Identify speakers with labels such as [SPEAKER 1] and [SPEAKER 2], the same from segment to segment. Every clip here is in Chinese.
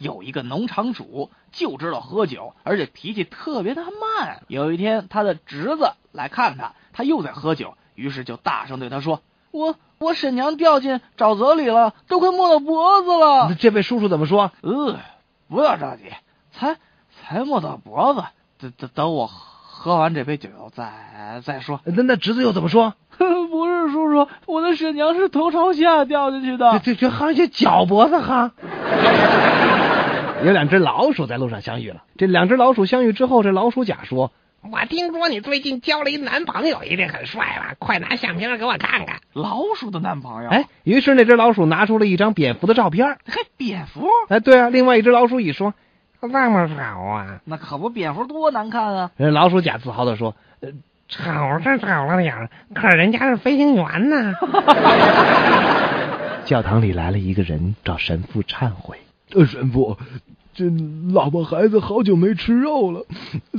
[SPEAKER 1] 有一个农场主就知道喝酒，而且脾气特别的慢。有一天，他的侄子来看他，他又在喝酒，于是就大声对他说：“我我婶娘掉进沼泽里了，都快没到脖子
[SPEAKER 2] 哦
[SPEAKER 1] 了。
[SPEAKER 3] 这位叔叔怎么说？”
[SPEAKER 1] 呃，不要着急，才才没到脖子，等等等我喝完这杯酒再再说。
[SPEAKER 3] 那那侄子又怎么说？
[SPEAKER 1] 不是叔叔，我的婶娘是头朝下掉进去
[SPEAKER 2] 哦
[SPEAKER 1] 的。
[SPEAKER 3] 这这这哈这脚脖子哈。有两只老鼠在路上相遇了。这两只老鼠相遇之后，这老鼠甲说
[SPEAKER 2] 我听说你最近交了一男朋友，一定很帅吧？快拿相片给我看看。
[SPEAKER 1] 老鼠的男朋：“友，
[SPEAKER 3] 哎，于是那只老鼠拿出了一张蝙蝠的照片儿。
[SPEAKER 1] 嘿，蝙蝠
[SPEAKER 3] 哎，对啊，另外一只老鼠乙说
[SPEAKER 2] 那么丑啊，
[SPEAKER 1] 那可不，蝙蝠多难看啊！：“
[SPEAKER 3] 呃老鼠甲自豪地说，呃
[SPEAKER 2] 丑是丑了点儿，可人家是飞行员呢。
[SPEAKER 3] 教堂里来了一个人找神父忏悔。呃神父，这老婆孩子好久没吃肉了，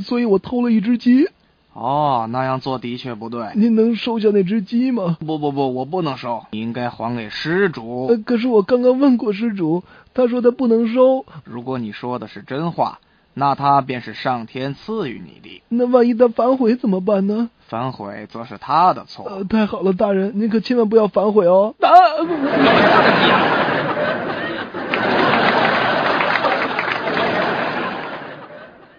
[SPEAKER 3] 所以我偷了一只鸡。
[SPEAKER 1] 哦，那样做的确不对。
[SPEAKER 3] 您能收下那只鸡吗？
[SPEAKER 1] 不不不，我不能收，你应该还给失主。
[SPEAKER 3] 呃可是我刚刚问过失主，他说他不能收。
[SPEAKER 1] 如果你说的是真话，那他便是上天赐予你的；
[SPEAKER 3] 那万一他反悔怎么办呢？
[SPEAKER 1] 反悔则
[SPEAKER 3] 呃
[SPEAKER 1] 是他的错。
[SPEAKER 3] 太好了，大人，您可千万不要反悔哦。
[SPEAKER 1] 啊！